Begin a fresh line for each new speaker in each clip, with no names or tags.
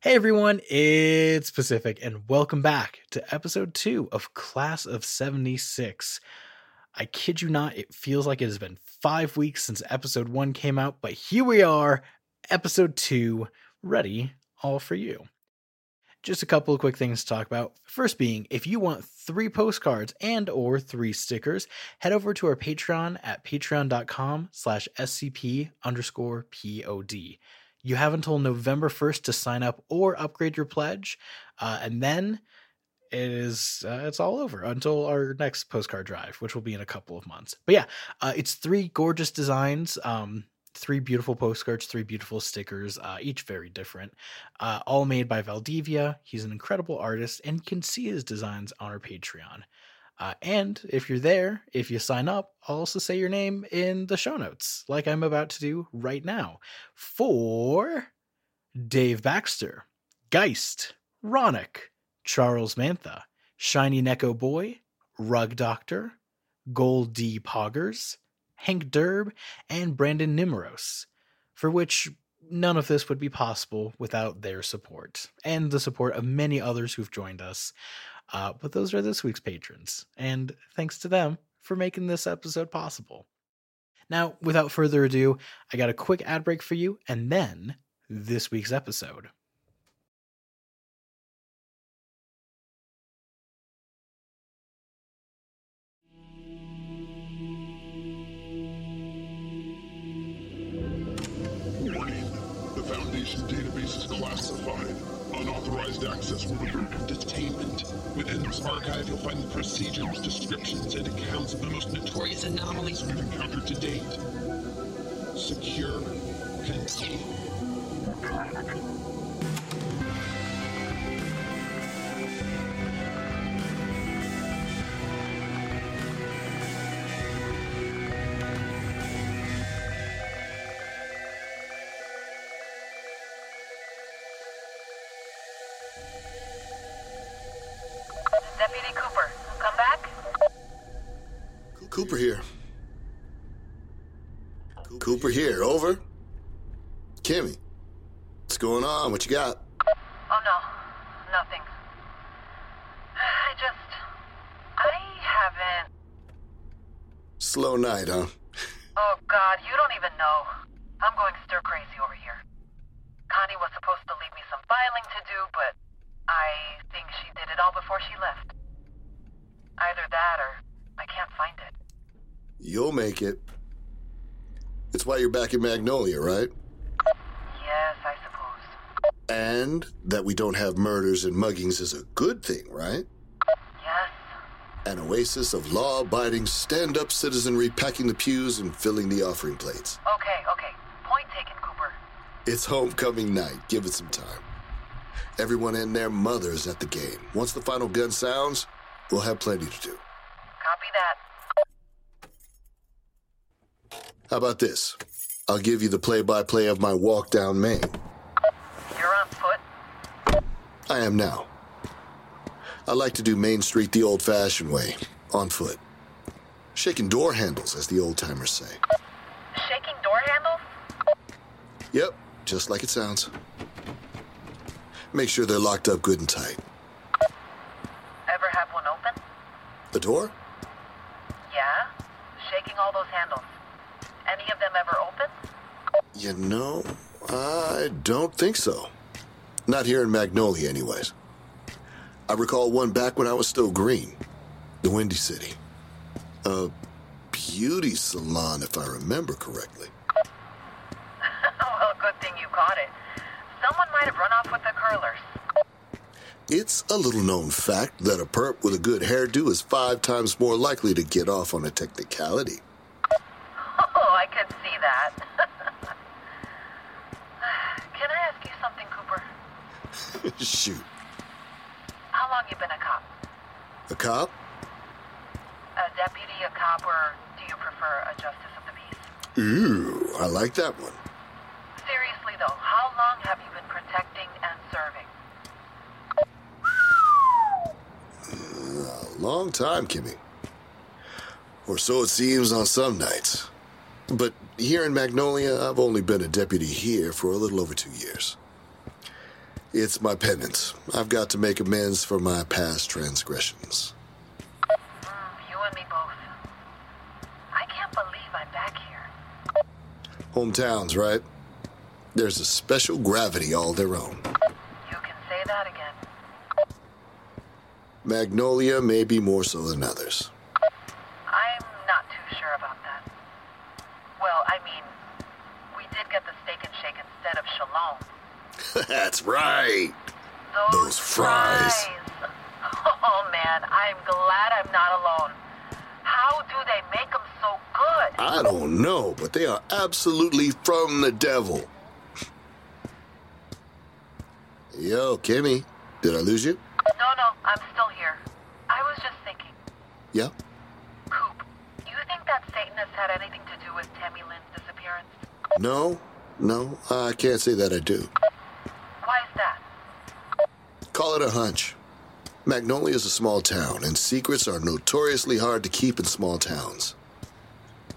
Hey everyone, it's Pacific, and welcome back to episode two of Class of 76. I kid you not, it feels like it has been five weeks since episode one came out, but here we are, episode two, ready, all for you. Just a couple of quick things to talk about. First being, if you want three postcards and or three stickers, head over to our Patreon at patreon.com slash scp underscore pod you have until November 1st to sign up or upgrade your pledge. Uh, and then it is uh, it's all over until our next postcard drive, which will be in a couple of months. But yeah, uh, it's three gorgeous designs, um, three beautiful postcards, three beautiful stickers, uh, each very different, uh, all made by Valdivia. He's an incredible artist, and you can see his designs on our Patreon. Uh, and if you're there, if you sign up, I'll also say your name in the show notes, like I'm about to do right now for Dave Baxter, Geist, Ronick, Charles Mantha, Shiny Neko Boy, Rug Doctor, Gold D. Poggers, Hank Derb, and Brandon Nimros, for which none of this would be possible without their support and the support of many others who've joined us. Uh, but those are this week's patrons, and thanks to them for making this episode possible. Now, without further ado, I got a quick ad break for you, and then this week's episode.
Warning. The Foundation database is classified. Unauthorized access will lead to detainment. Within this archive, you'll find the procedures, descriptions, and accounts of the most notorious anomalies we've encountered to date. Secure. Contain.
Deputy Cooper, come back.
Cooper here. Cooper here. Over. Kimmy, what's going on? What you got?
Oh no, nothing. I just. I haven't.
Slow night, huh?
Oh god, you don't even know. I'm going stir crazy over here. Connie was supposed to leave me some filing to do, but I think she did it all before she left. Either that or I can't find it.
You'll make it. It's why you're back in Magnolia, right?
Yes, I suppose.
And that we don't have murders and muggings is a good thing, right?
Yes.
An oasis of law abiding, stand up citizenry packing the pews and filling the offering plates.
Okay, okay. Point taken, Cooper.
It's homecoming night. Give it some time. Everyone and their mothers at the game. Once the final gun sounds, we'll have plenty to do.
Copy that.
How about this? I'll give you the play by play of my walk down Main.
You're on foot.
I am now. I like to do Main Street the old fashioned way, on foot. Shaking door handles, as the old timers say.
Shaking door handles?
Yep, just like it sounds. Make sure they're locked up good and tight.
Ever have one open?
The door?
Yeah, shaking all those handles. Any of them ever open?
You know, I don't think so. Not here in Magnolia, anyways. I recall one back when I was still green. The Windy City. A beauty salon, if I remember correctly.
well, good thing you caught it. Someone might have run off with the curlers.
It's a little known fact that a perp with a good hairdo is five times more likely to get off on a technicality.
Oh, I could see that. Can I ask you something, Cooper?
Shoot.
How long you been a cop?
A cop?
A deputy, a cop, or do you prefer a justice of the peace?
Ooh, I like that one.
Seriously though, how long have you been protecting and serving?
A long time, Kimmy. Or so it seems on some nights. But here in Magnolia, I've only been a deputy here for a little over two years. It's my penance. I've got to make amends for my past transgressions.
Mm, you and me both. I can't believe I'm back here.
Hometowns, right? There's a special gravity all their own.
You can say that again.
Magnolia may be more so than others.
I'm not too sure about that. Well, I mean, we did get the steak and shake instead of shalom.
That's right.
Those,
Those fries.
fries. Oh man, I'm glad I'm not alone. How do they make them so good?
I don't know, but they are absolutely from the devil. Yo, Kimmy, did I lose you?
No, no, I'm still here. I was just thinking,
Yeah.
Coop, do you think that Satanist had anything to do with Tammy Lynn's disappearance?
No, no, I can't say that I do.
Why is that?
Call it a hunch. Magnolia is a small town, and secrets are notoriously hard to keep in small towns.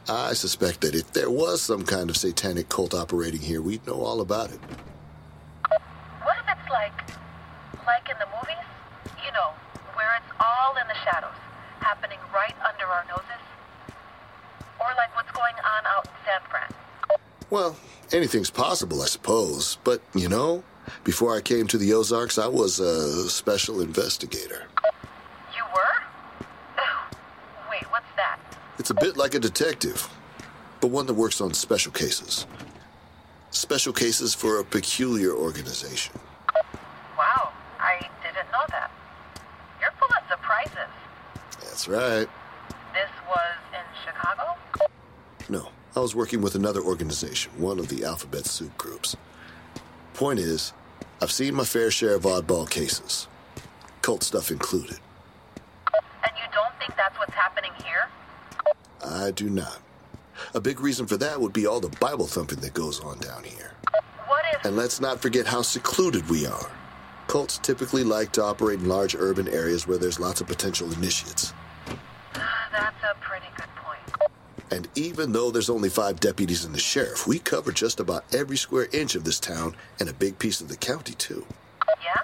I suspect that if there was some kind of satanic cult operating here, we'd know all about it.
What if it's like, like in the movies? You know, where it's all in the shadows, happening right under our noses? Or like what's going on out in San Fran?
Well, anything's possible, I suppose. But, you know, before I came to the Ozarks, I was a special investigator.
You were? Wait, what's that?
It's a bit like a detective, but one that works on special cases. Special cases for a peculiar organization.
Wow, I didn't know that. You're full of surprises.
That's right.
This was in Chicago?
No, I was working with another organization, one of the alphabet soup groups. Point is, I've seen my fair share of oddball cases, cult stuff included.
And you don't think that's what's happening here?
I do not. A big reason for that would be all the Bible thumping that goes on down here.
What if.
And let's not forget how secluded we are. Cults typically like to operate in large urban areas where there's lots of potential initiates.
That's a pretty good point.
And even though there's only five deputies and the sheriff, we cover just about every square inch of this town and a big piece of the county, too.
Yeah?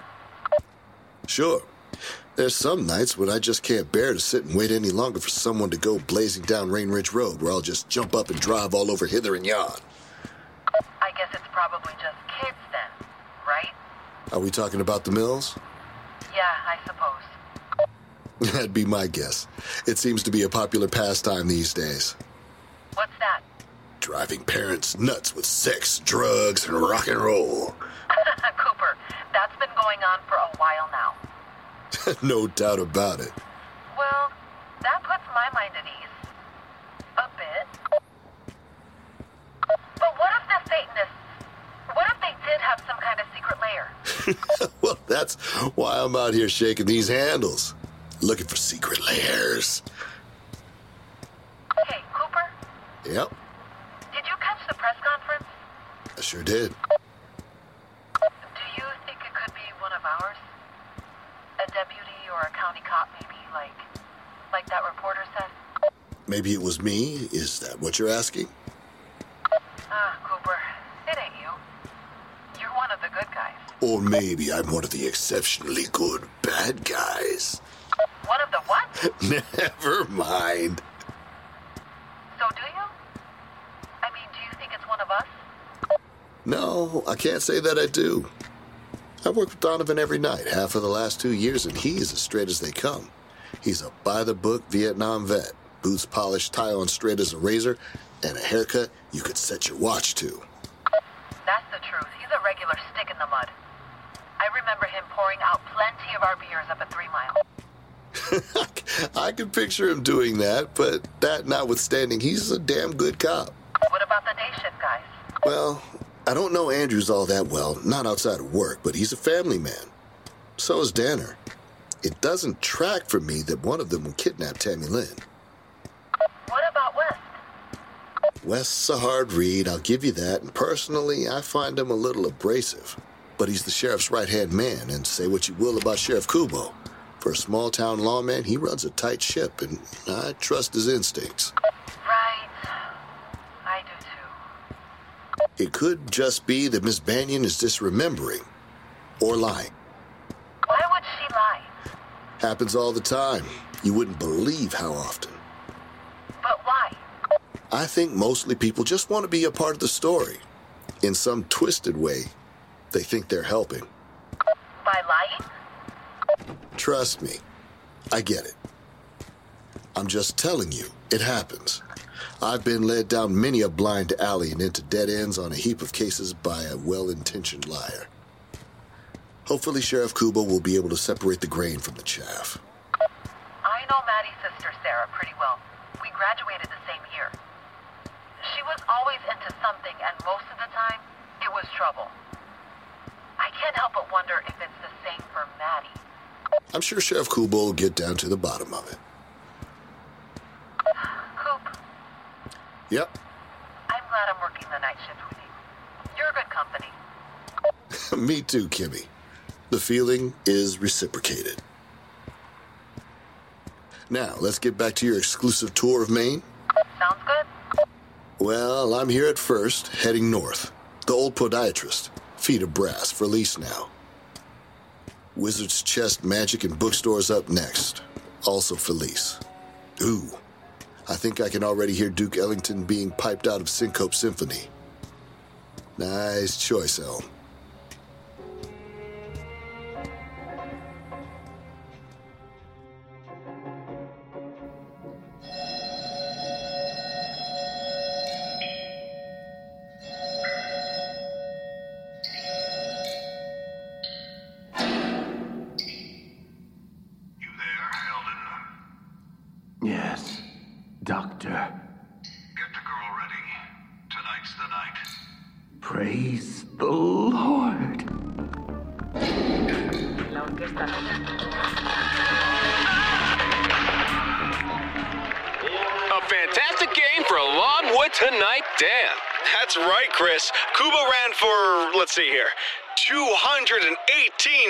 Sure, there's some nights when I just can't bear to sit and wait any longer for someone to go blazing down Rain Ridge Road where I'll just jump up and drive all over hither and yon.
I guess it's probably just kids then, right?
Are we talking about the mills?
Yeah, I suppose.
That'd be my guess. It seems to be a popular pastime these days.
What's that?
driving parents nuts with sex, drugs, and rock and roll.
Cooper, that's been going on for a while now.
no doubt about it.
Well, that puts my mind at ease. A bit. But what if the Satanists. What if they did have some kind of secret lair?
Well, that's why I'm out here shaking these handles, looking for secret lairs.
Hey, Cooper,
Yep,
did you catch the press conference?
I sure did.
Do you think it could be one of ours? A deputy or a county cop, maybe, like. like that reporter said?
Maybe it was me. Is that what you're asking?
Ah, Cooper, it ain't you. You're one of the good guys.
Or maybe I'm one of the exceptionally good bad guys.
One of the what?
Never mind.
So do you? I mean, do you think it's one of us?
No, I can't say that I do. I work with Donovan every night, half of the last two years, and he is as straight as they come. He's a by the book Vietnam vet, boots polished, tie on straight as a razor, and a haircut you could set your watch to.
That's the truth. He's a regular stick in the mud. I remember him pouring out plenty of our beers up at Three Mile.
I can picture him doing that, but that notwithstanding, he's a damn good cop.
What about the day shift guys?
Well, I don't know Andrews all that well, not outside of work, but he's a family man. So is Danner. It doesn't track for me that one of them will kidnap Tammy Lynn.
What about West?
West's a hard read, I'll give you that, and personally, I find him a little abrasive. But he's the sheriff's right hand man, and say what you will about Sheriff Kubo. For a small town lawman, he runs a tight ship, and I trust his instincts.
Right. I do too.
It could just be that Miss Banyan is disremembering. or lying.
Why would she lie?
Happens all the time. You wouldn't believe how often.
But why?
I think mostly people just want to be a part of the story. In some twisted way, they think they're helping.
By lying?
Trust me, I get it. I'm just telling you, it happens. I've been led down many a blind alley and into dead ends on a heap of cases by a well intentioned liar. Hopefully, Sheriff Kubo will be able to separate the grain from the chaff.
I know Maddie's sister Sarah pretty well. We graduated the same year. She was always into something, and most of the time, it was trouble. I can't help but wonder if it's the same for Maddie.
I'm sure Sheriff Kubo will get down to the bottom of it.
Coop,
Yep,
I'm glad I'm working the night shift with you. You're good company.
me too, Kimmy. The feeling is reciprocated. Now, let's get back to your exclusive tour of Maine.
Sounds good?
Well, I'm here at first, heading north. The old podiatrist, feet of brass, for lease now. Wizard's Chest Magic and Bookstore's up next, also for lease. Ooh, I think I can already hear Duke Ellington being piped out of Syncope Symphony. Nice choice, Elm.
You there, Eldon?
Yes, Doctor.
Get the girl ready. Tonight's the night.
Praise the Lord.
A fantastic game for Lawnwood tonight, Dan.
That's right, Chris. Kubo ran for, let's see here, 218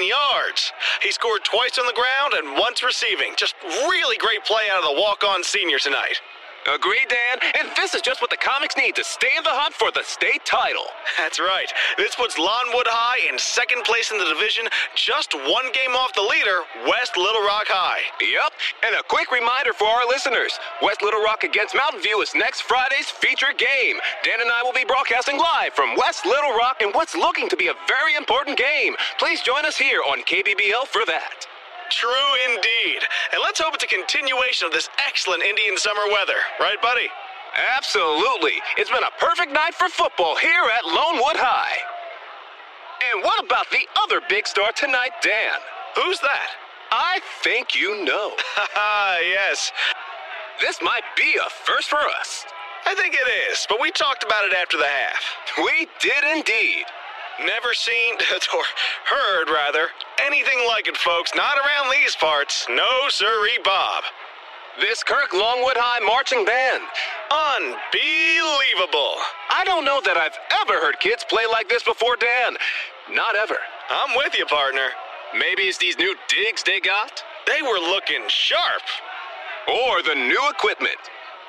yards. He scored twice on the ground and once receiving. Just really great play out of the walk on senior tonight.
Agreed, Dan. And this is just what the comics need to stay in the hunt for the state title.
That's right. This puts Lawnwood High in second place in the division, just one game off the leader, West Little Rock High.
Yep. And a quick reminder for our listeners West Little Rock against Mountain View is next Friday's feature game. Dan and I will be broadcasting live from West Little Rock in what's looking to be a very important game. Please join us here on KBBL for that.
True indeed. And let's hope it's a continuation of this excellent Indian summer weather, right, buddy?
Absolutely. It's been a perfect night for football here at Lonewood High. And what about the other big star tonight, Dan?
Who's that?
I think you know.
Haha, yes.
This might be a first for us.
I think it is, but we talked about it after the half.
We did indeed.
Never seen, or heard rather, anything like it, folks. Not around these parts. No, sirree, Bob.
This Kirk Longwood High marching band.
Unbelievable.
I don't know that I've ever heard kids play like this before, Dan. Not ever.
I'm with you, partner.
Maybe it's these new digs they got?
They were looking sharp.
Or the new equipment.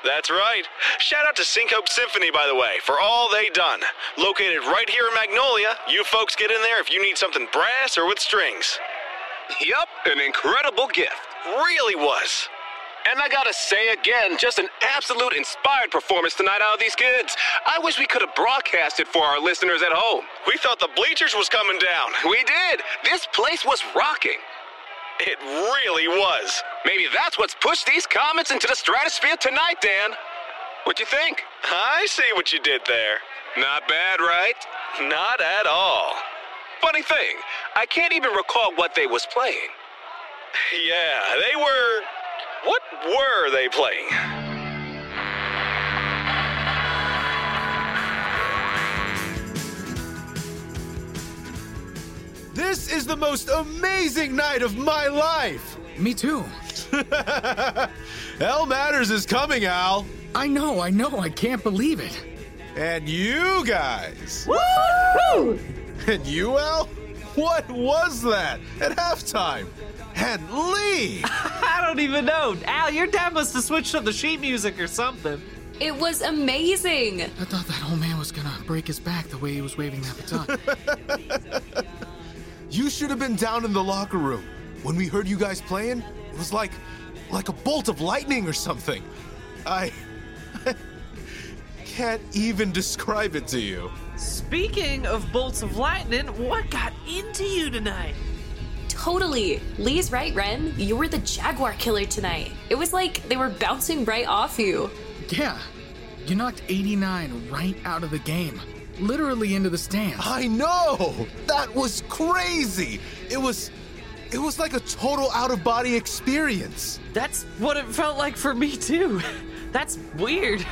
That's right. Shout out to Syncope Symphony, by the way, for all they done. Located right here in Magnolia, you folks get in there if you need something brass or with strings.
Yup, an incredible gift.
Really was.
And I gotta say again, just an absolute inspired performance tonight out of these kids. I wish we could have broadcast it for our listeners at home.
We thought the bleachers was coming down.
We did. This place was rocking.
It really was.
Maybe that's what's pushed these comets into the stratosphere tonight, Dan. What you think?
I see what you did there.
Not bad, right?
Not at all.
Funny thing, I can't even recall what they was playing.
Yeah, they were. What were they playing?
This is the most amazing night of my life!
Me too.
L Matters is coming, Al!
I know, I know, I can't believe it.
And you guys! Woo! And you, Al? What was that at halftime? And Lee!
I don't even know. Al, your dad must have switched to the sheet music or something.
It was amazing.
I thought that old man was gonna break his back the way he was waving that baton.
You should have been down in the locker room. When we heard you guys playing, it was like like a bolt of lightning or something. I can't even describe it to you.
Speaking of bolts of lightning, what got into you tonight?
Totally. Lee's right, Ren. You were the Jaguar killer tonight. It was like they were bouncing right off you.
Yeah, you knocked 89 right out of the game, literally into the stands.
I know. That was crazy. It was it was like a total out of body experience.
That's what it felt like for me too. That's weird.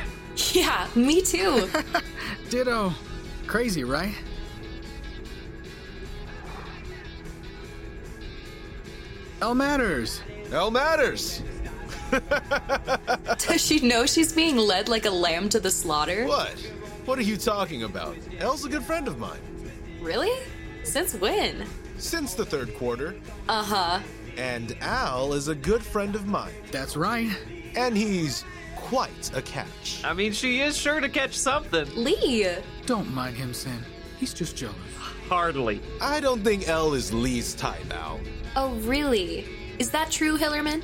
Yeah, me too.
Ditto. Crazy, right? L matters.
L matters.
Does she know she's being led like a lamb to the slaughter?
What? What are you talking about? Elle's a good friend of mine.
Really? Since when?
Since the third quarter.
Uh huh.
And Al is a good friend of mine.
That's right.
And he's quite a catch.
I mean, she is sure to catch something.
Lee!
Don't mind him, Sin. He's just jealous.
Hardly.
I don't think Elle is Lee's type, Al.
Oh, really? Is that true, Hillerman?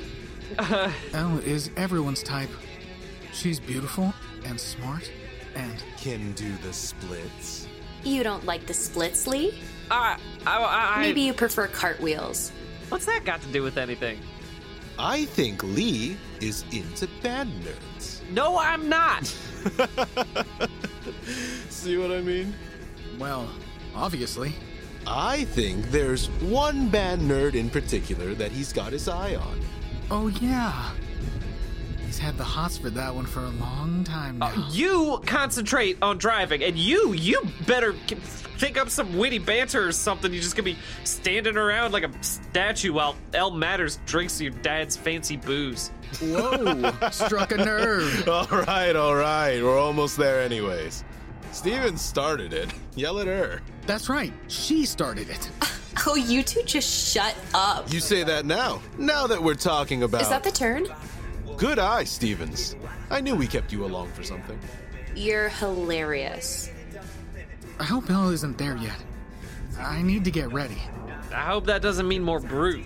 Uh, Elle is everyone's type. She's beautiful and smart and
can do the splits.
You don't like the splits, Lee?
Uh, I, I, I.
Maybe you prefer cartwheels.
What's that got to do with anything?
I think Lee is into bad nerds.
No, I'm not.
See what I mean?
Well, obviously.
I think there's one bad nerd in particular that he's got his eye on.
Oh, yeah. He's had the hots for that one for a long time now.
Uh, you concentrate on driving, and you, you better k- think up some witty banter or something. You're just gonna be standing around like a statue while El Matters drinks your dad's fancy booze.
Whoa, struck a nerve.
All right, all right. We're almost there, anyways. Steven started it. Yell at her.
That's right. She started it.
Oh, you two just shut up.
You say that now. Now that we're talking about.
Is that the turn?
Good eye, Stevens. I knew we kept you along for something.
You're hilarious.
I hope Elle isn't there yet. I need to get ready.
I hope that doesn't mean more brute.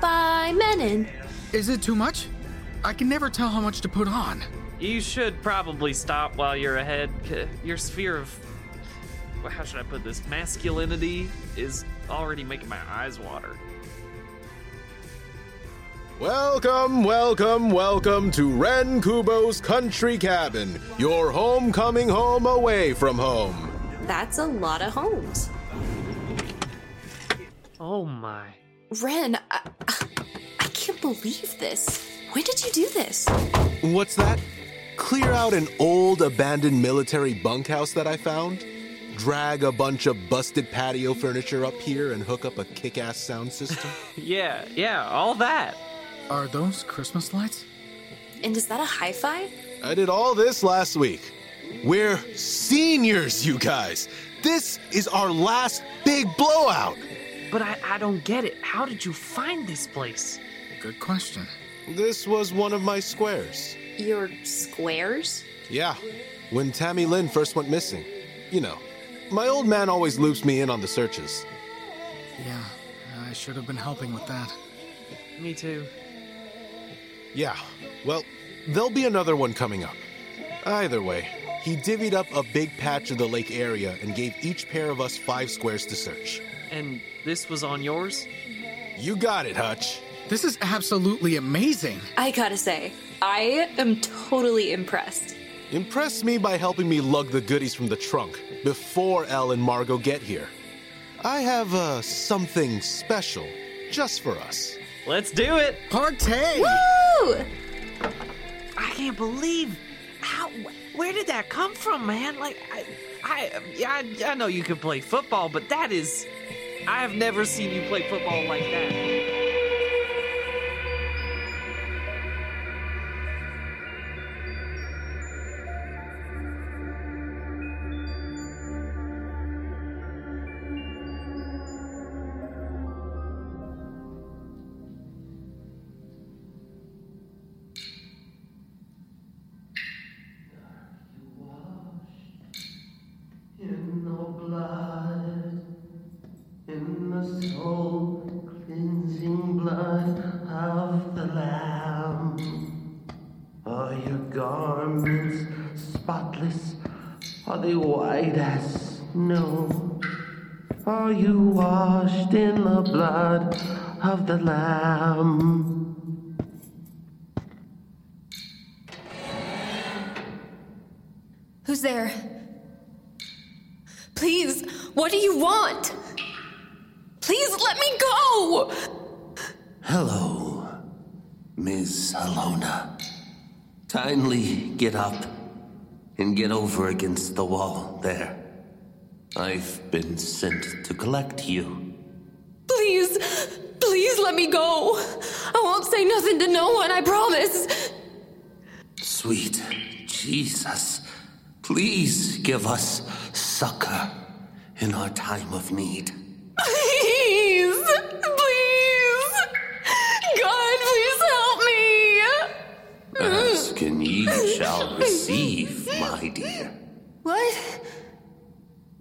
Bye, Menon.
Is it too much? I can never tell how much to put on.
You should probably stop while you're ahead. Your sphere of. well, How should I put this? Masculinity is already making my eyes water.
Welcome, welcome, welcome to Ren Kubo's Country Cabin, your home coming home away from home.
That's a lot of homes.
Oh my.
Ren, I, I can't believe this. When did you do this?
What's that? Clear out an old abandoned military bunkhouse that I found, drag a bunch of busted patio furniture up here, and hook up a kick ass sound system.
Yeah, yeah, all that.
Are those Christmas lights?
And is that a hi fi?
I did all this last week. We're seniors, you guys. This is our last big blowout.
But I, I don't get it. How did you find this place?
Good question.
This was one of my squares.
Your squares?
Yeah, when Tammy Lynn first went missing. You know, my old man always loops me in on the searches.
Yeah, I should have been helping with that.
Me too.
Yeah, well, there'll be another one coming up. Either way, he divvied up a big patch of the lake area and gave each pair of us five squares to search.
And this was on yours?
You got it, Hutch.
This is absolutely amazing.
I gotta say, I am totally impressed.
Impress me by helping me lug the goodies from the trunk before Elle and Margot get here. I have uh, something special just for us.
Let's do it!
Partay!
Woo!
I can't believe how. Where did that come from, man? Like, I, I, I, I know you can play football, but that is. I have never seen you play football like that.
in the blood, in the sun.
body white as snow? Are you washed in the blood of the Lamb?
Who's there? Please, what do you want? Please let me go!
Hello, Miss Alona. Kindly get up and get over against the wall there. I've been sent to collect you.
Please, please let me go! I won't say nothing to no one, I promise!
Sweet Jesus, please give us succor in our time of need.
Please! Please! God, please help me!
Ask and ye shall receive, my dear.
What?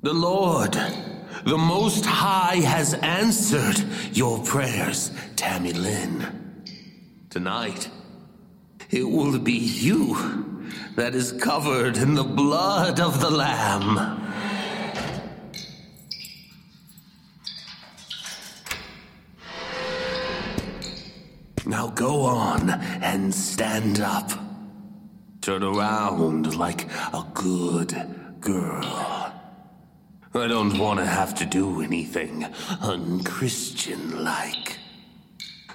The Lord, the Most High, has answered your prayers, Tammy Lynn. Tonight, it will be you that is covered in the blood of the Lamb. Now go on and stand up. Turn around like a good girl. I don't want to have to do anything unchristian like.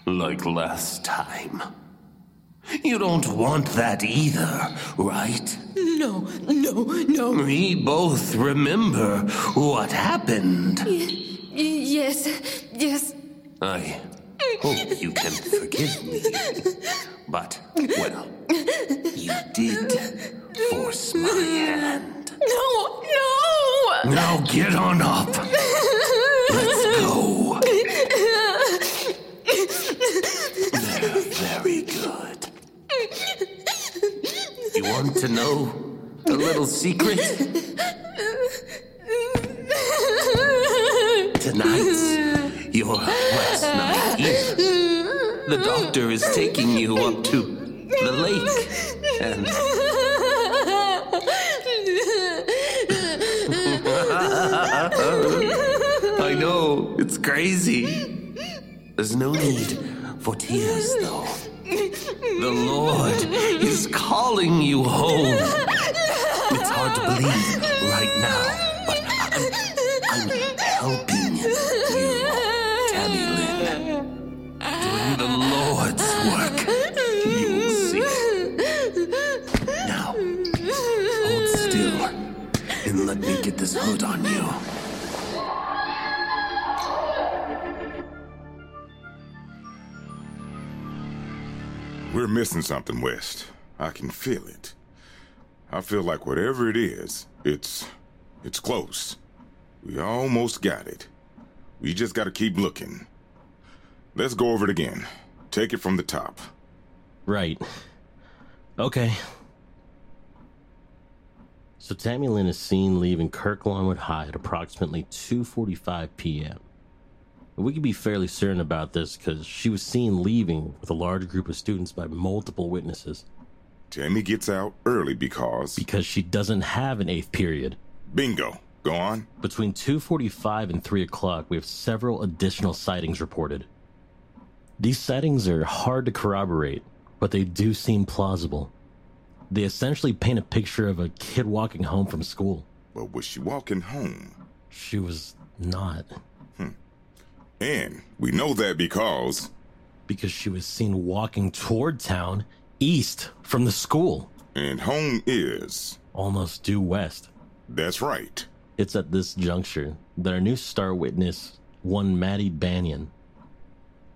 Like last time. You don't want that either, right?
No, no, no.
We both remember what happened.
Y- y- yes, yes.
I hope you can forgive me. But, well, you did force my hand.
No, no!
Now get on up. Let's go. There, very good. You want to know a little secret? Tonight's your last night here. The doctor is taking you up to the lake and. I know, it's crazy. There's no need for tears, though. The Lord is calling you home. It's hard to believe right now, but I, I'm helping you, Tammy Lynn. Doing the Lord's work. You'll see. Now, hold still and let me get this hood on you.
We're missing something, West. I can feel it. I feel like whatever it is, it's it's close. We almost got it. We just gotta keep looking. Let's go over it again. Take it from the top.
Right. Okay. So Tammy Lynn is seen leaving Kirk Longwood High at approximately 2:45 p.m. We can be fairly certain about this because she was seen leaving with a large group of students by multiple witnesses.
Tammy gets out early because
because she doesn't have an eighth period.
Bingo. Go on.
Between 2:45 and 3 o'clock, we have several additional sightings reported. These sightings are hard to corroborate, but they do seem plausible. They essentially paint a picture of a kid walking home from school.
But was she walking home? Hmm.
She was not.
And we know that because
Because she was seen walking toward town, east from the school,
and home is
almost due west.
that's right.
It's at this juncture that our new star witness, one Maddie Banyan,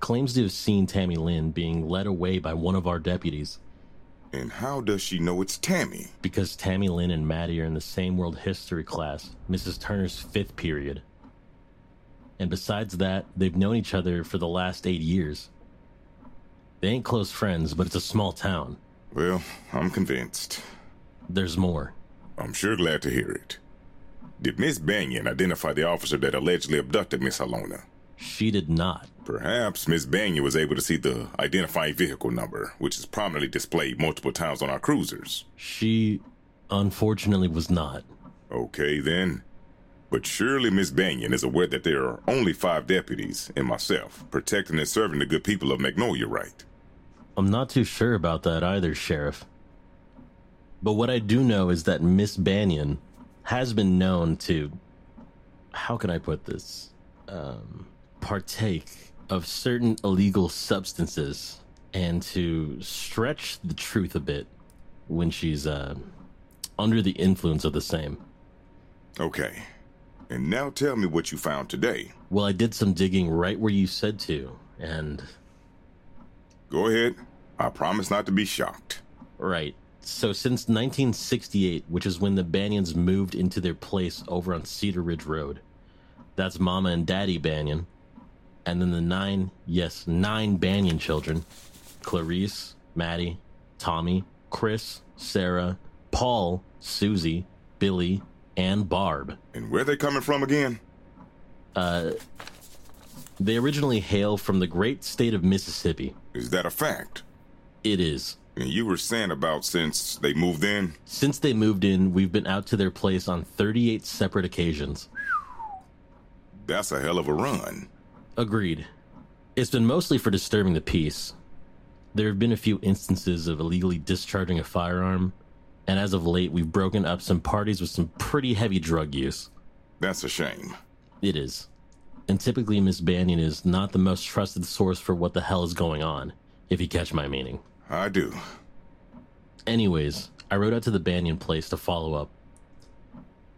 claims to have seen Tammy Lynn being led away by one of our deputies
And how does she know it's Tammy?
because Tammy Lynn and Maddie are in the same world history class, Mrs. Turner's fifth period. And besides that, they've known each other for the last eight years. They ain't close friends, but it's a small town.
Well, I'm convinced.
There's more.
I'm sure glad to hear it. Did Miss Banyan identify the officer that allegedly abducted Miss Alona?
She did not.
Perhaps Miss Banyan was able to see the identifying vehicle number, which is prominently displayed multiple times on our cruisers.
She, unfortunately, was not.
Okay, then. But surely Miss Banyan is aware that there are only five deputies and myself protecting and serving the good people of Magnolia, right?
I'm not too sure about that either, Sheriff. But what I do know is that Miss Banyan has been known to. How can I put this? Um, partake of certain illegal substances and to stretch the truth a bit when she's uh, under the influence of the same.
Okay. And now tell me what you found today.
Well, I did some digging right where you said to, and
Go ahead. I promise not to be shocked.
Right. So since 1968, which is when the Banyans moved into their place over on Cedar Ridge Road, that's Mama and Daddy Banyan, and then the nine, yes, nine Banyan children, Clarice, Maddie, Tommy, Chris, Sarah, Paul, Susie, Billy, and Barb.
And where are they coming from again?
Uh, they originally hail from the great state of Mississippi.
Is that a fact?
It is.
And you were saying about since they moved in?
Since they moved in, we've been out to their place on 38 separate occasions.
That's a hell of a run.
Agreed. It's been mostly for disturbing the peace. There have been a few instances of illegally discharging a firearm, and as of late, we've broken up some parties with some pretty heavy drug use.
That's a shame.
It is. And typically, Miss Banyan is not the most trusted source for what the hell is going on, if you catch my meaning.
I do.
Anyways, I rode out to the Banyan place to follow up,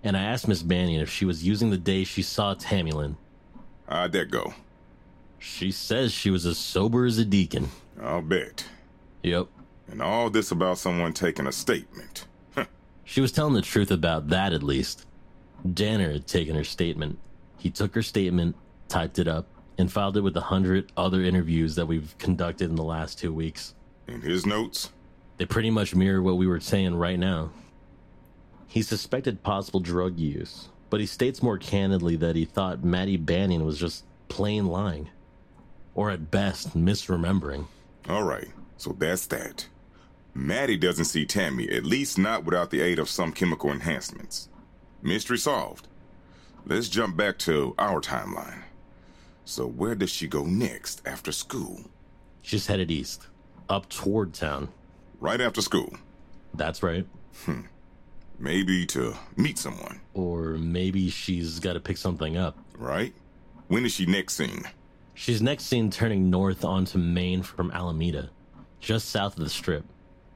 and I asked Miss Banyan if she was using the day she saw Tamulin.
How'd that go?
She says she was as sober as a deacon.
I'll bet.
Yep.
And all this about someone taking a statement.
She was telling the truth about that, at least. Danner had taken her statement. He took her statement, typed it up, and filed it with a hundred other interviews that we've conducted in the last two weeks.
In his notes?
They pretty much mirror what we were saying right now. He suspected possible drug use, but he states more candidly that he thought Maddie Banyan was just plain lying, or at best, misremembering.
All right, so that's that. Maddie doesn't see Tammy, at least not without the aid of some chemical enhancements. Mystery solved. Let's jump back to our timeline. So, where does she go next after school?
She's headed east, up toward town.
Right after school.
That's right.
Hmm. Maybe to meet someone.
Or maybe she's got to pick something up.
Right? When is she next seen?
She's next seen turning north onto Maine from Alameda, just south of the strip.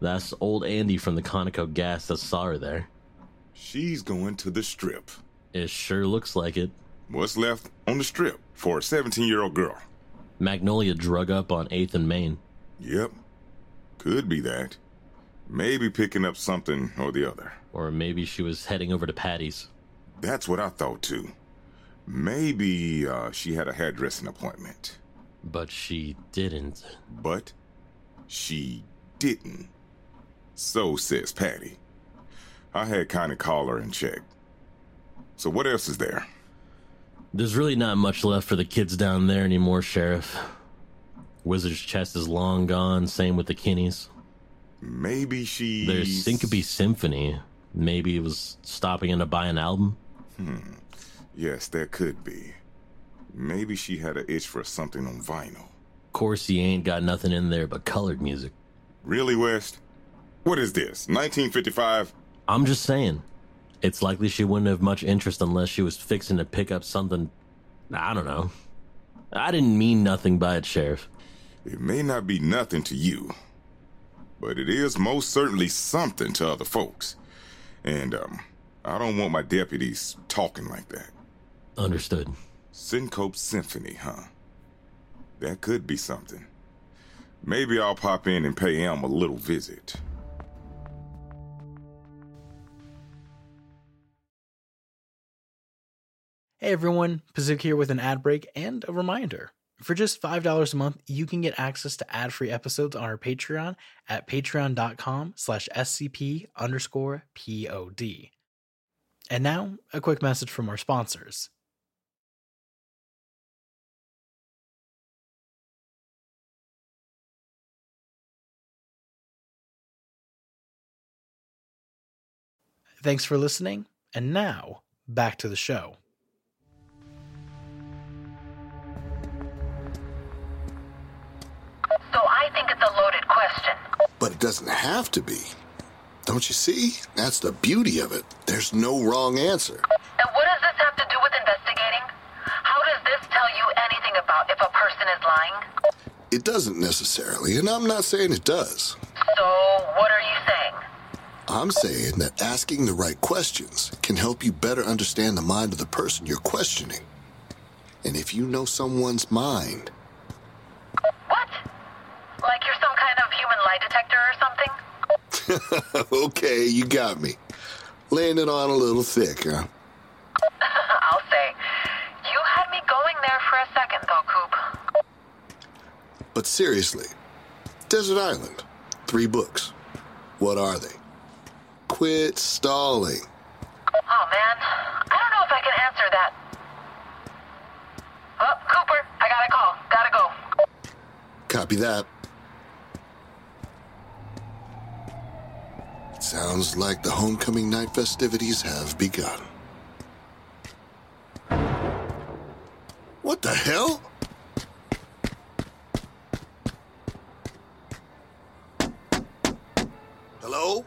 That's old Andy from the Conoco gas that saw her there.
She's going to the strip.
It sure looks like it.
What's left on the strip for a 17 year old girl?
Magnolia drug up on 8th and Main.
Yep. Could be that. Maybe picking up something or the other.
Or maybe she was heading over to Patty's.
That's what I thought too. Maybe uh, she had a hairdressing appointment.
But she didn't.
But she didn't. So says Patty. I had kind of call her and check. So what else is there?
There's really not much left for the kids down there anymore, Sheriff. Wizard's chest is long gone, same with the Kinneys.
Maybe she.
There's Syncope Symphony. Maybe it was stopping in to buy an album.
Hmm. Yes, that could be. Maybe she had an itch for something on vinyl.
Of course, he ain't got nothing in there but colored music.
Really, West? What is this, 1955?
I'm just saying. It's likely she wouldn't have much interest unless she was fixing to pick up something. I don't know. I didn't mean nothing by it, Sheriff.
It may not be nothing to you, but it is most certainly something to other folks. And, um, I don't want my deputies talking like that.
Understood.
Syncope Symphony, huh? That could be something. Maybe I'll pop in and pay Em a little visit.
Hey everyone, Pazook here with an ad break and a reminder. For just $5 a month, you can get access to ad-free episodes on our Patreon at patreon.com slash scp underscore pod. And now, a quick message from our sponsors. Thanks for listening, And now, back to the show.
So I think it's a loaded question.
But it doesn't have to be. Don't you see? That's the beauty of it. There's no wrong answer.
And what does this have to do with investigating? How does this tell you anything about if a person is lying?
It doesn't necessarily, and I'm not saying it does.
So what are you saying?
I'm saying that asking the right questions can help you better understand the mind of the person you're questioning. And if you know someone's mind,
Like you're some kind of human lie detector or something?
okay, you got me. Laying it on a little thick, huh?
I'll say. You had me going there for a second, though, Coop.
But seriously, Desert Island, three books. What are they? Quit stalling.
Oh, man. I don't know if I can answer that. Oh, Cooper, I got a call. Gotta go.
Copy that. Sounds like the homecoming night festivities have begun. What the hell? Hello?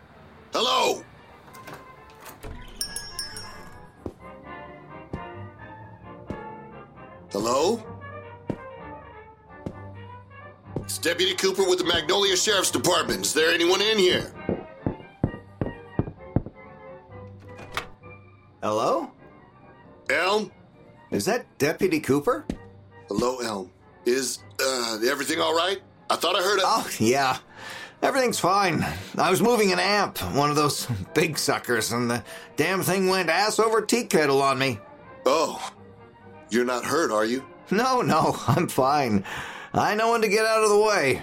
Hello? Hello? It's Deputy Cooper with the Magnolia Sheriff's Department. Is there anyone in here?
Hello?
Elm?
Is that Deputy Cooper?
Hello, Elm. Is uh, everything all right? I thought I heard a.
Oh, yeah. Everything's fine. I was moving an amp, one of those big suckers, and the damn thing went ass over tea kettle on me.
Oh, you're not hurt, are you?
No, no, I'm fine. I know when to get out of the way.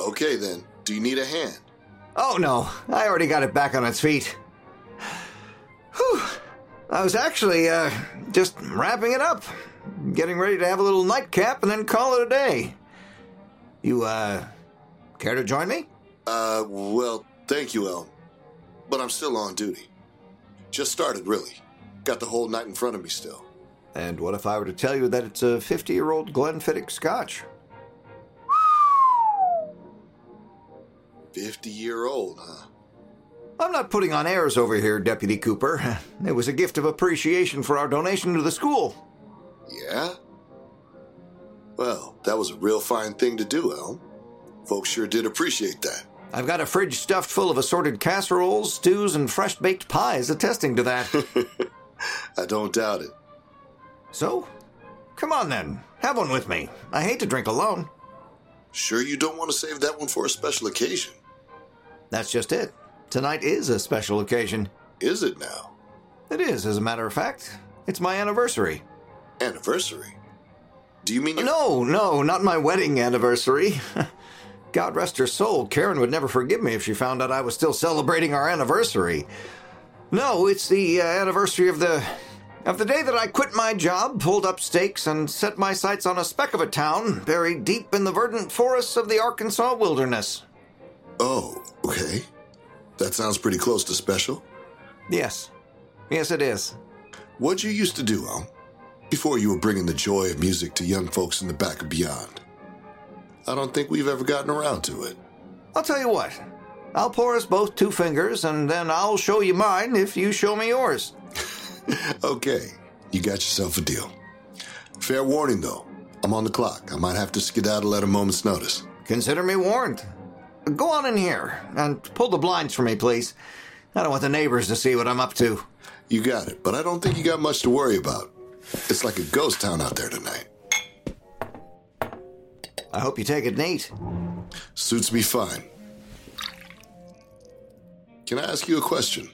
Okay, then. Do you need a hand?
Oh, no, I already got it back on its feet. Whew. I was actually uh, just wrapping it up, getting ready to have a little nightcap and then call it a day. You, uh, care to join me?
Uh, well, thank you, Elm. But I'm still on duty. Just started, really. Got the whole night in front of me still.
And what if I were to tell you that it's a 50 year old Glenfiddich scotch?
50 year old, huh?
I'm not putting on airs over here, Deputy Cooper. It was a gift of appreciation for our donation to the school.
Yeah? Well, that was a real fine thing to do, Elm. Folks sure did appreciate that.
I've got a fridge stuffed full of assorted casseroles, stews, and fresh baked pies attesting to that.
I don't doubt it.
So, come on then, have one with me. I hate to drink alone.
Sure, you don't want to save that one for a special occasion,
That's just it. Tonight is a special occasion.
is it now?
It is, as a matter of fact. It's my anniversary.
Anniversary? Do you mean your-
No, no, not my wedding anniversary. God rest her soul, Karen would never forgive me if she found out I was still celebrating our anniversary. No, it's the uh, anniversary of the of the day that I quit my job, pulled up stakes and set my sights on a speck of a town buried deep in the verdant forests of the Arkansas wilderness.
Oh, okay. That sounds pretty close to special.
Yes. Yes, it is.
What you used to do, Elm, before you were bringing the joy of music to young folks in the back and beyond. I don't think we've ever gotten around to it.
I'll tell you what. I'll pour us both two fingers and then I'll show you mine if you show me yours.
Okay, you got yourself a deal. Fair warning, though. I'm on the clock. I might have to skedaddle at a moment's notice.
Consider me warned. Go on in here and pull the blinds for me, please. I don't want the neighbors to see what I'm up to.
You got it, but I don't think you got much to worry about. It's like a ghost town out there tonight.
I hope you take it neat.
Suits me fine. Can I ask you a question?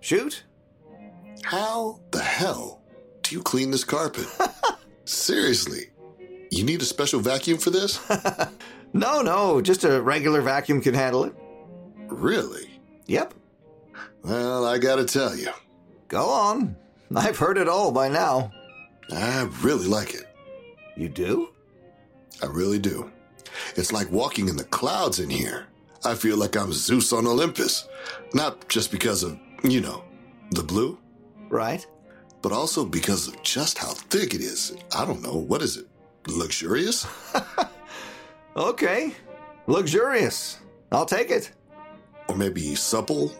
Shoot.
How the hell do you clean this carpet? Seriously, you need a special vacuum for this?
No, no, just a regular vacuum can handle it.
really?
Yep.
Well, I gotta tell you,
Go on. I've heard it all by now.
I really like it.
You do?
I really do. It's like walking in the clouds in here. I feel like I'm Zeus on Olympus. Not just because of, you know, the blue,
right?
But also because of just how thick it is. I don't know. What is it? Luxurious?
okay. Luxurious. I'll take it.
Or maybe supple?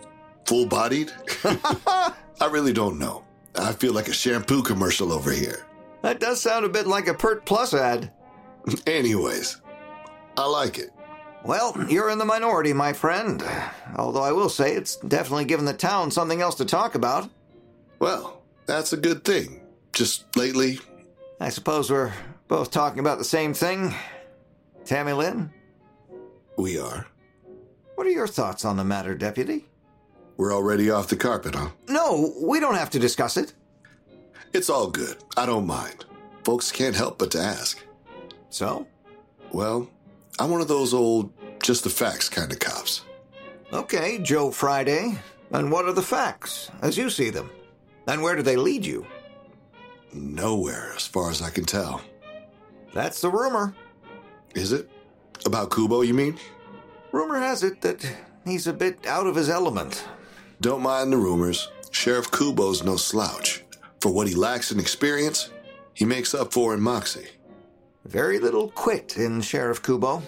Full bodied? I really don't know. I feel like a shampoo commercial over here.
That does sound a bit like a Pert Plus ad.
Anyways, I like it.
Well, you're in the minority, my friend. Although I will say it's definitely given the town something else to talk about.
Well, that's a good thing. Just lately.
I suppose we're both talking about the same thing. Tammy Lynn?
We are.
What are your thoughts on the matter, Deputy?
We're already off the carpet, huh?
No, we don't have to discuss it.
It's all good. I don't mind. Folks can't help but to ask.
So?
Well, I'm one of those old, just the facts kind of cops.
Okay, Joe Friday. And what are the facts, as you see them? And where do they lead you?
Nowhere, as far as I can tell.
That's the rumor.
Is it? About Kubo, you mean?
Rumor has it that he's a bit out of his element.
Don't mind the rumors. Sheriff Kubo's no slouch. For what he lacks in experience, he makes up for in Moxie.
Very little quit in Sheriff Kubo.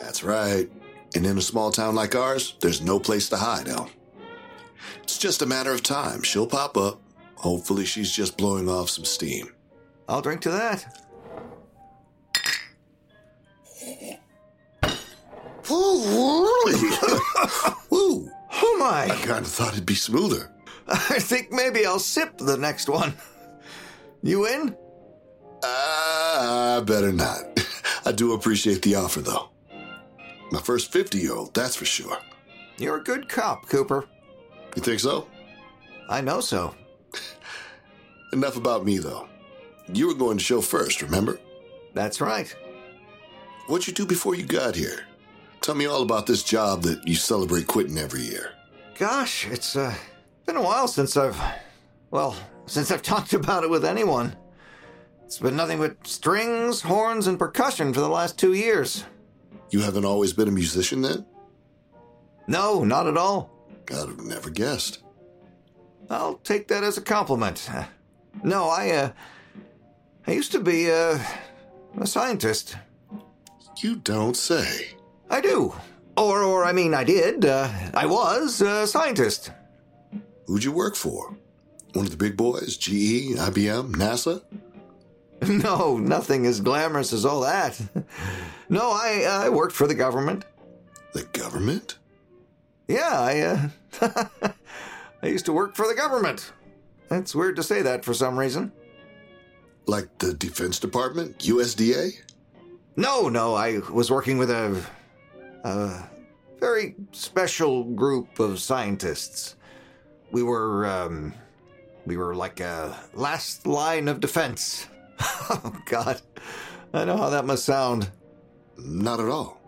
That's right. And in a small town like ours, there's no place to hide, El. It's just a matter of time. She'll pop up. Hopefully, she's just blowing off some steam.
I'll drink to that.
Woo!
Oh my!
I kind of thought it'd be smoother.
I think maybe I'll sip the next one. You in?
Uh, I better not. I do appreciate the offer, though. My first 50 year old, that's for sure.
You're a good cop, Cooper.
You think so?
I know so.
Enough about me, though. You were going to show first, remember?
That's right.
What'd you do before you got here? Tell me all about this job that you celebrate quitting every year.
Gosh, it's uh, been a while since I've, well, since I've talked about it with anyone. It's been nothing but strings, horns, and percussion for the last two years.
You haven't always been a musician then?
No, not at all.
I'd have never guessed.
I'll take that as a compliment. No, I, uh, I used to be, uh, a scientist.
You don't say.
I do. Or, or I mean, I did. Uh, I was a scientist.
Who'd you work for? One of the big boys? E, GE, IBM, NASA?
No, nothing as glamorous as all that. no, I, uh, I worked for the government.
The government?
Yeah, I, uh, I used to work for the government. That's weird to say that for some reason.
Like the Defense Department? USDA?
No, no, I was working with a a very special group of scientists. We were, um, we were like a last line of defense. oh, God. I know how that must sound.
Not at all.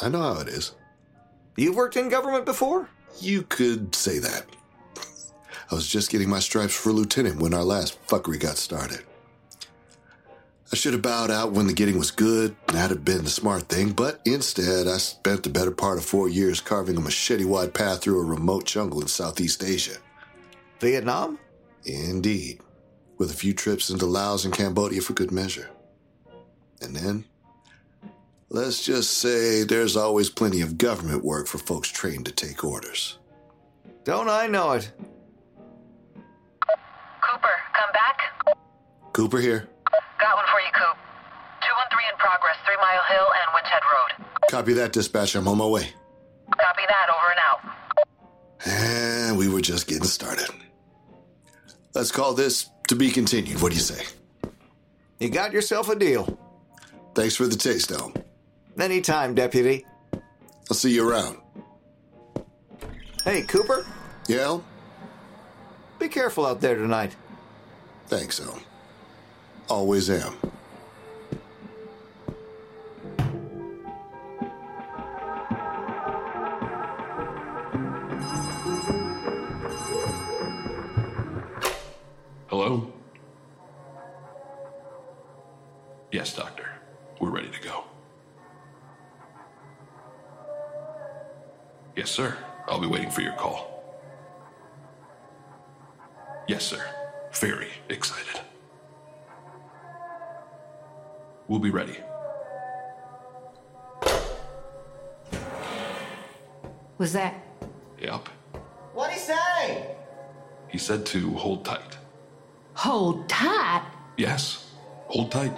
I know how it is.
You've worked in government before?
You could say that. I was just getting my stripes for lieutenant when our last fuckery got started. I should have bowed out when the getting was good. That'd have been the smart thing, but instead, I spent the better part of four years carving a machete wide path through a remote jungle in Southeast Asia.
Vietnam?
Indeed, with a few trips into Laos and Cambodia for good measure. And then, let's just say there's always plenty of government work for folks trained to take orders.
Don't I know it?
Cooper, come back.
Cooper here.
Got one for you, Coop. 213 in progress, Three Mile Hill and Winch Head Road.
Copy that, dispatcher. I'm on my way.
Copy that, over and out.
And we were just getting started. Let's call this to be continued. What do you say?
You got yourself a deal.
Thanks for the taste, Elm.
Anytime, Deputy.
I'll see you around.
Hey, Cooper?
Yeah, Elm?
Be careful out there tonight.
Thanks, Elm always am.
Hello? Yes, Doctor. We're ready to go. Yes, sir. I'll be waiting for your call. Yes, sir. Very excited. We'll be ready.
Was that?
Yep.
What'd he say?
He said to hold tight.
Hold tight?
Yes. Hold tight.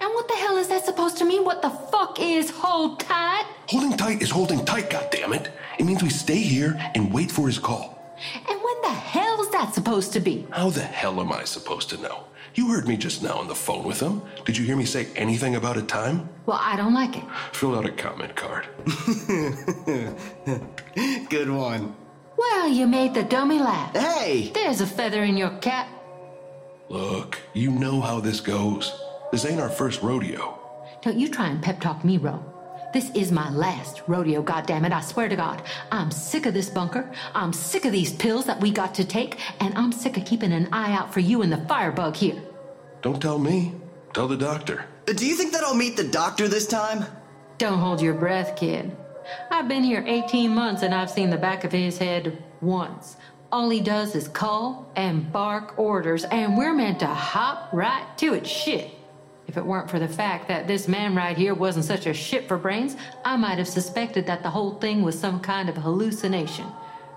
And what the hell is that supposed to mean? What the fuck is hold tight?
Holding tight is holding tight, goddammit. It means we stay here and wait for his call.
And when the hell's that supposed to be?
How the hell am I supposed to know? You heard me just now on the phone with him. Did you hear me say anything about a time?
Well, I don't like it.
Fill out a comment card.
Good one.
Well, you made the dummy laugh.
Hey!
There's a feather in your cap.
Look, you know how this goes. This ain't our first rodeo.
Don't you try and pep talk me, Ro. This is my last rodeo, goddammit, I swear to God. I'm sick of this bunker. I'm sick of these pills that we got to take, and I'm sick of keeping an eye out for you and the firebug here.
Don't tell me. Tell the doctor.
Do you think that I'll meet the doctor this time?
Don't hold your breath, kid. I've been here 18 months and I've seen the back of his head once. All he does is call and bark orders, and we're meant to hop right to it. Shit. If it weren't for the fact that this man right here wasn't such a shit for brains, I might have suspected that the whole thing was some kind of hallucination,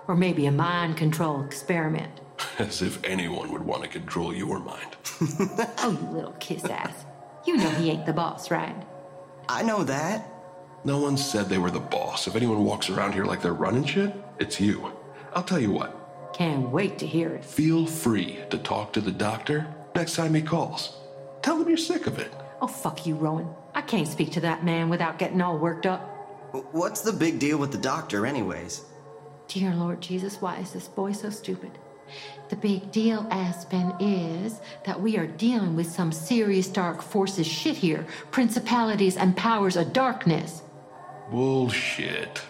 or maybe a mind control experiment.
As if anyone would want to control your mind.
oh, you little kiss ass. You know he ain't the boss, right?
I know that.
No one said they were the boss. If anyone walks around here like they're running shit, it's you. I'll tell you what,
Can't wait to hear it.
feel free to talk to the doctor next time he calls. Tell him you're sick of it.
Oh, fuck you, Rowan. I can't speak to that man without getting all worked up.
What's the big deal with the doctor, anyways?
Dear Lord Jesus, why is this boy so stupid? The big deal, Aspen, is that we are dealing with some serious dark forces shit here principalities and powers of darkness.
Bullshit.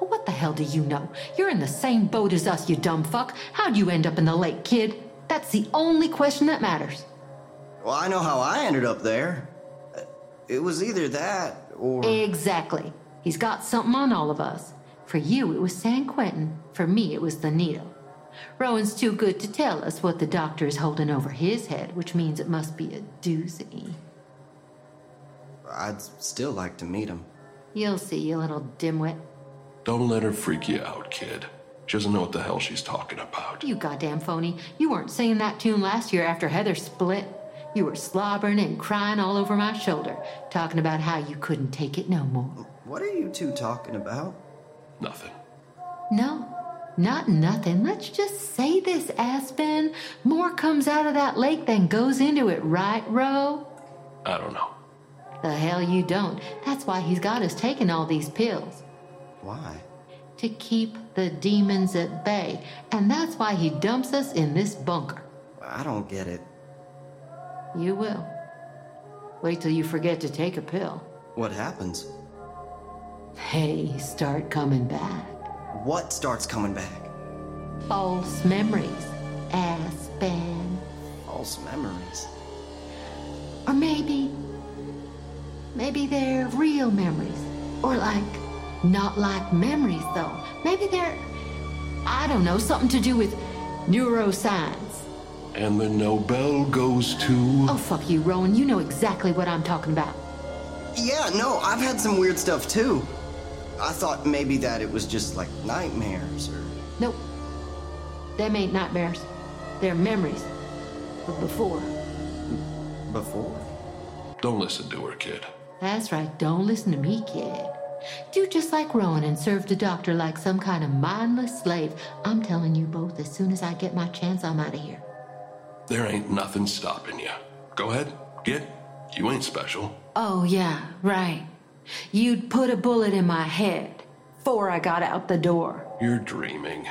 Well, What the hell do you know? You're in the same boat as us, you dumb fuck. How'd you end up in the lake, kid? That's the only question that matters.
Well, I know how I ended up there. Uh, It was either that or.
Exactly. He's got something on all of us. For you, it was San Quentin. For me, it was the needle. Rowan's too good to tell us what the doctor is holding over his head, which means it must be a doozy.
I'd still like to meet him.
You'll see, you little dimwit.
Don't let her freak you out, kid. She doesn't know what the hell she's talking about.
You goddamn phony. You weren't singing that tune last year after Heather split. You were slobbering and crying all over my shoulder, talking about how you couldn't take it no more.
What are you two talking about?
Nothing.
No, not nothing. Let's just say this, Aspen. More comes out of that lake than goes into it, right, Ro?
I don't know.
The hell you don't. That's why he's got us taking all these pills.
Why?
To keep the demons at bay. And that's why he dumps us in this bunker.
I don't get it.
You will. Wait till you forget to take a pill.
What happens?
They start coming back.
What starts coming back?
False memories, Aspen.
False memories.
Or maybe. Maybe they're real memories. Or like. Not like memories, though. Maybe they're. I don't know, something to do with neuroscience.
And the Nobel goes to.
Oh, fuck you, Rowan. You know exactly what I'm talking about.
Yeah, no, I've had some weird stuff too. I thought maybe that it was just like nightmares or.
Nope. Them ain't nightmares. They're memories. But before.
Before?
Don't listen to her, kid.
That's right. Don't listen to me, kid. Do just like Rowan and serve the doctor like some kind of mindless slave. I'm telling you both, as soon as I get my chance, I'm out of here.
There ain't nothing stopping you. Go ahead, get. You ain't special.
Oh, yeah, right. You'd put a bullet in my head before I got out the door.
You're dreaming.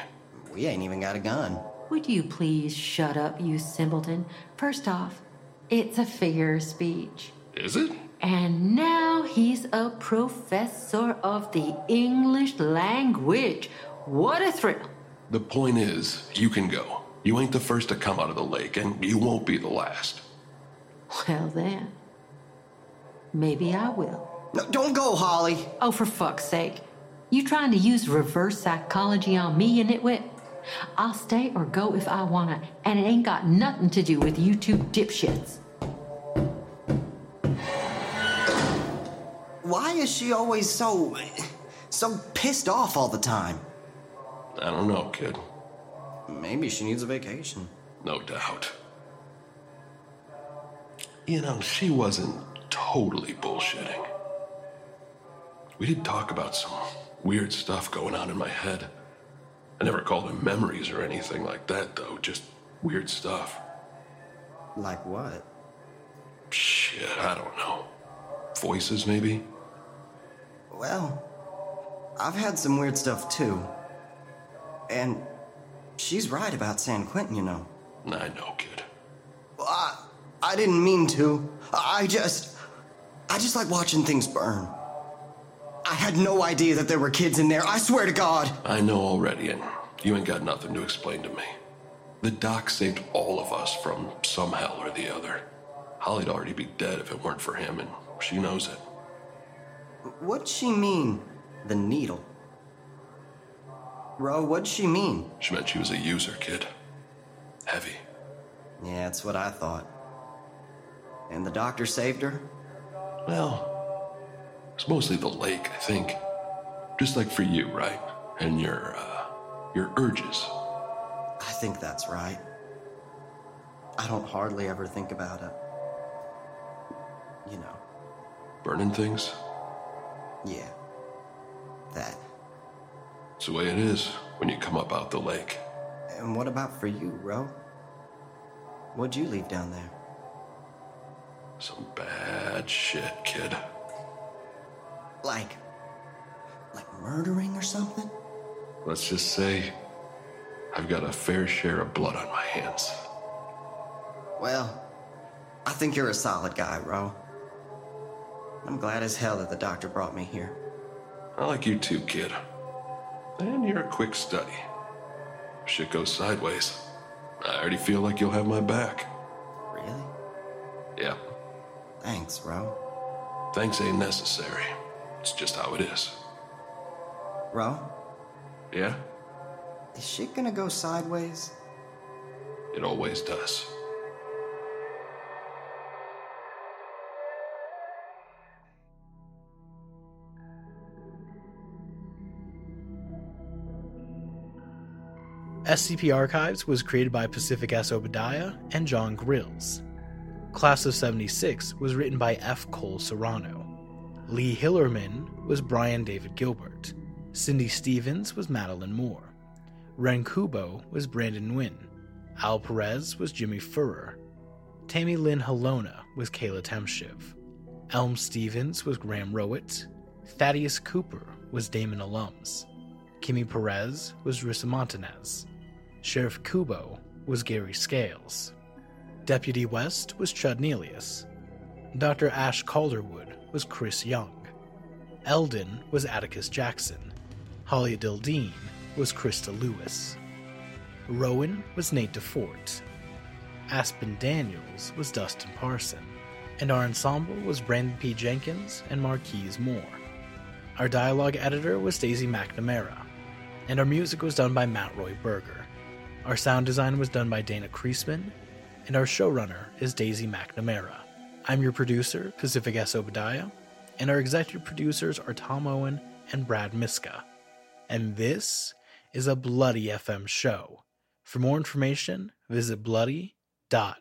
We ain't even got a gun.
Would you please shut up, you simpleton? First off, it's a figure of speech.
Is it?
And now he's a professor of the English language. What a thrill!
The point is, you can go. You ain't the first to come out of the lake, and you won't be the last.
Well, then, maybe I will.
No, don't go, Holly.
Oh, for fuck's sake. You trying to use reverse psychology on me, you nitwit? I'll stay or go if I wanna, and it ain't got nothing to do with you two dipshits.
Why is she always so. so pissed off all the time?
I don't know, kid.
Maybe she needs a vacation.
No doubt. You know, she wasn't totally bullshitting. We did talk about some weird stuff going on in my head. I never called them memories or anything like that, though, just weird stuff.
Like what?
Shit, I don't know. Voices, maybe?
Well, I've had some weird stuff too. And she's right about San Quentin, you know.
I know, kid.
Well, I, I didn't mean to. I I just. I just like watching things burn. I had no idea that there were kids in there. I swear to God.
I know already, and you ain't got nothing to explain to me. The doc saved all of us from some hell or the other. Holly'd already be dead if it weren't for him, and she knows it.
What'd she mean? The needle. Ro, what'd she mean?
She meant she was a user, kid. Heavy.
Yeah, that's what I thought. And the doctor saved her?
Well, it's mostly the lake, I think. Just like for you, right? And your, uh, your urges.
I think that's right. I don't hardly ever think about it. You know,
Burning things?
yeah. That.
It's the way it is when you come up out the lake.
And what about for you, Ro? What'd you leave down there?
Some bad shit, kid.
Like. like murdering or something?
Let's just say I've got a fair share of blood on my hands.
Well, I think you're a solid guy, Ro. I'm glad as hell that the doctor brought me here.
I like you too, kid. And you're a quick study. If shit goes sideways. I already feel like you'll have my back.
Really?
Yeah.
Thanks, Ro.
Thanks ain't necessary. It's just how it is.
Ro,
Yeah?
is shit gonna go sideways?
It always does.
SCP Archives was created by Pacific S. Obadiah and John Grills. Class of 76 was written by F. Cole Serrano. Lee Hillerman was Brian David Gilbert. Cindy Stevens was Madeline Moore. Ren Kubo was Brandon Nguyen. Al Perez was Jimmy Furrer. Tammy Lynn Halona was Kayla Temshiv. Elm Stevens was Graham Rowett. Thaddeus Cooper was Damon Alums. Kimmy Perez was Rissa Montanez. Sheriff Kubo was Gary Scales. Deputy West was Chud Nelius. Dr. Ash Calderwood was Chris Young. Eldon was Atticus Jackson. Holly Dildeen was Krista Lewis. Rowan was Nate DeFort. Aspen Daniels was Dustin Parson. And our ensemble was Brandon P. Jenkins and Marquise Moore. Our dialogue editor was Daisy McNamara, and our music was done by Matt Roy Berger. Our sound design was done by Dana Kreisman, and our showrunner is Daisy McNamara. I'm your producer, Pacific S. Obadiah, and our executive producers are Tom Owen and Brad Miska. And this is a Bloody FM show. For more information, visit bloody.fm.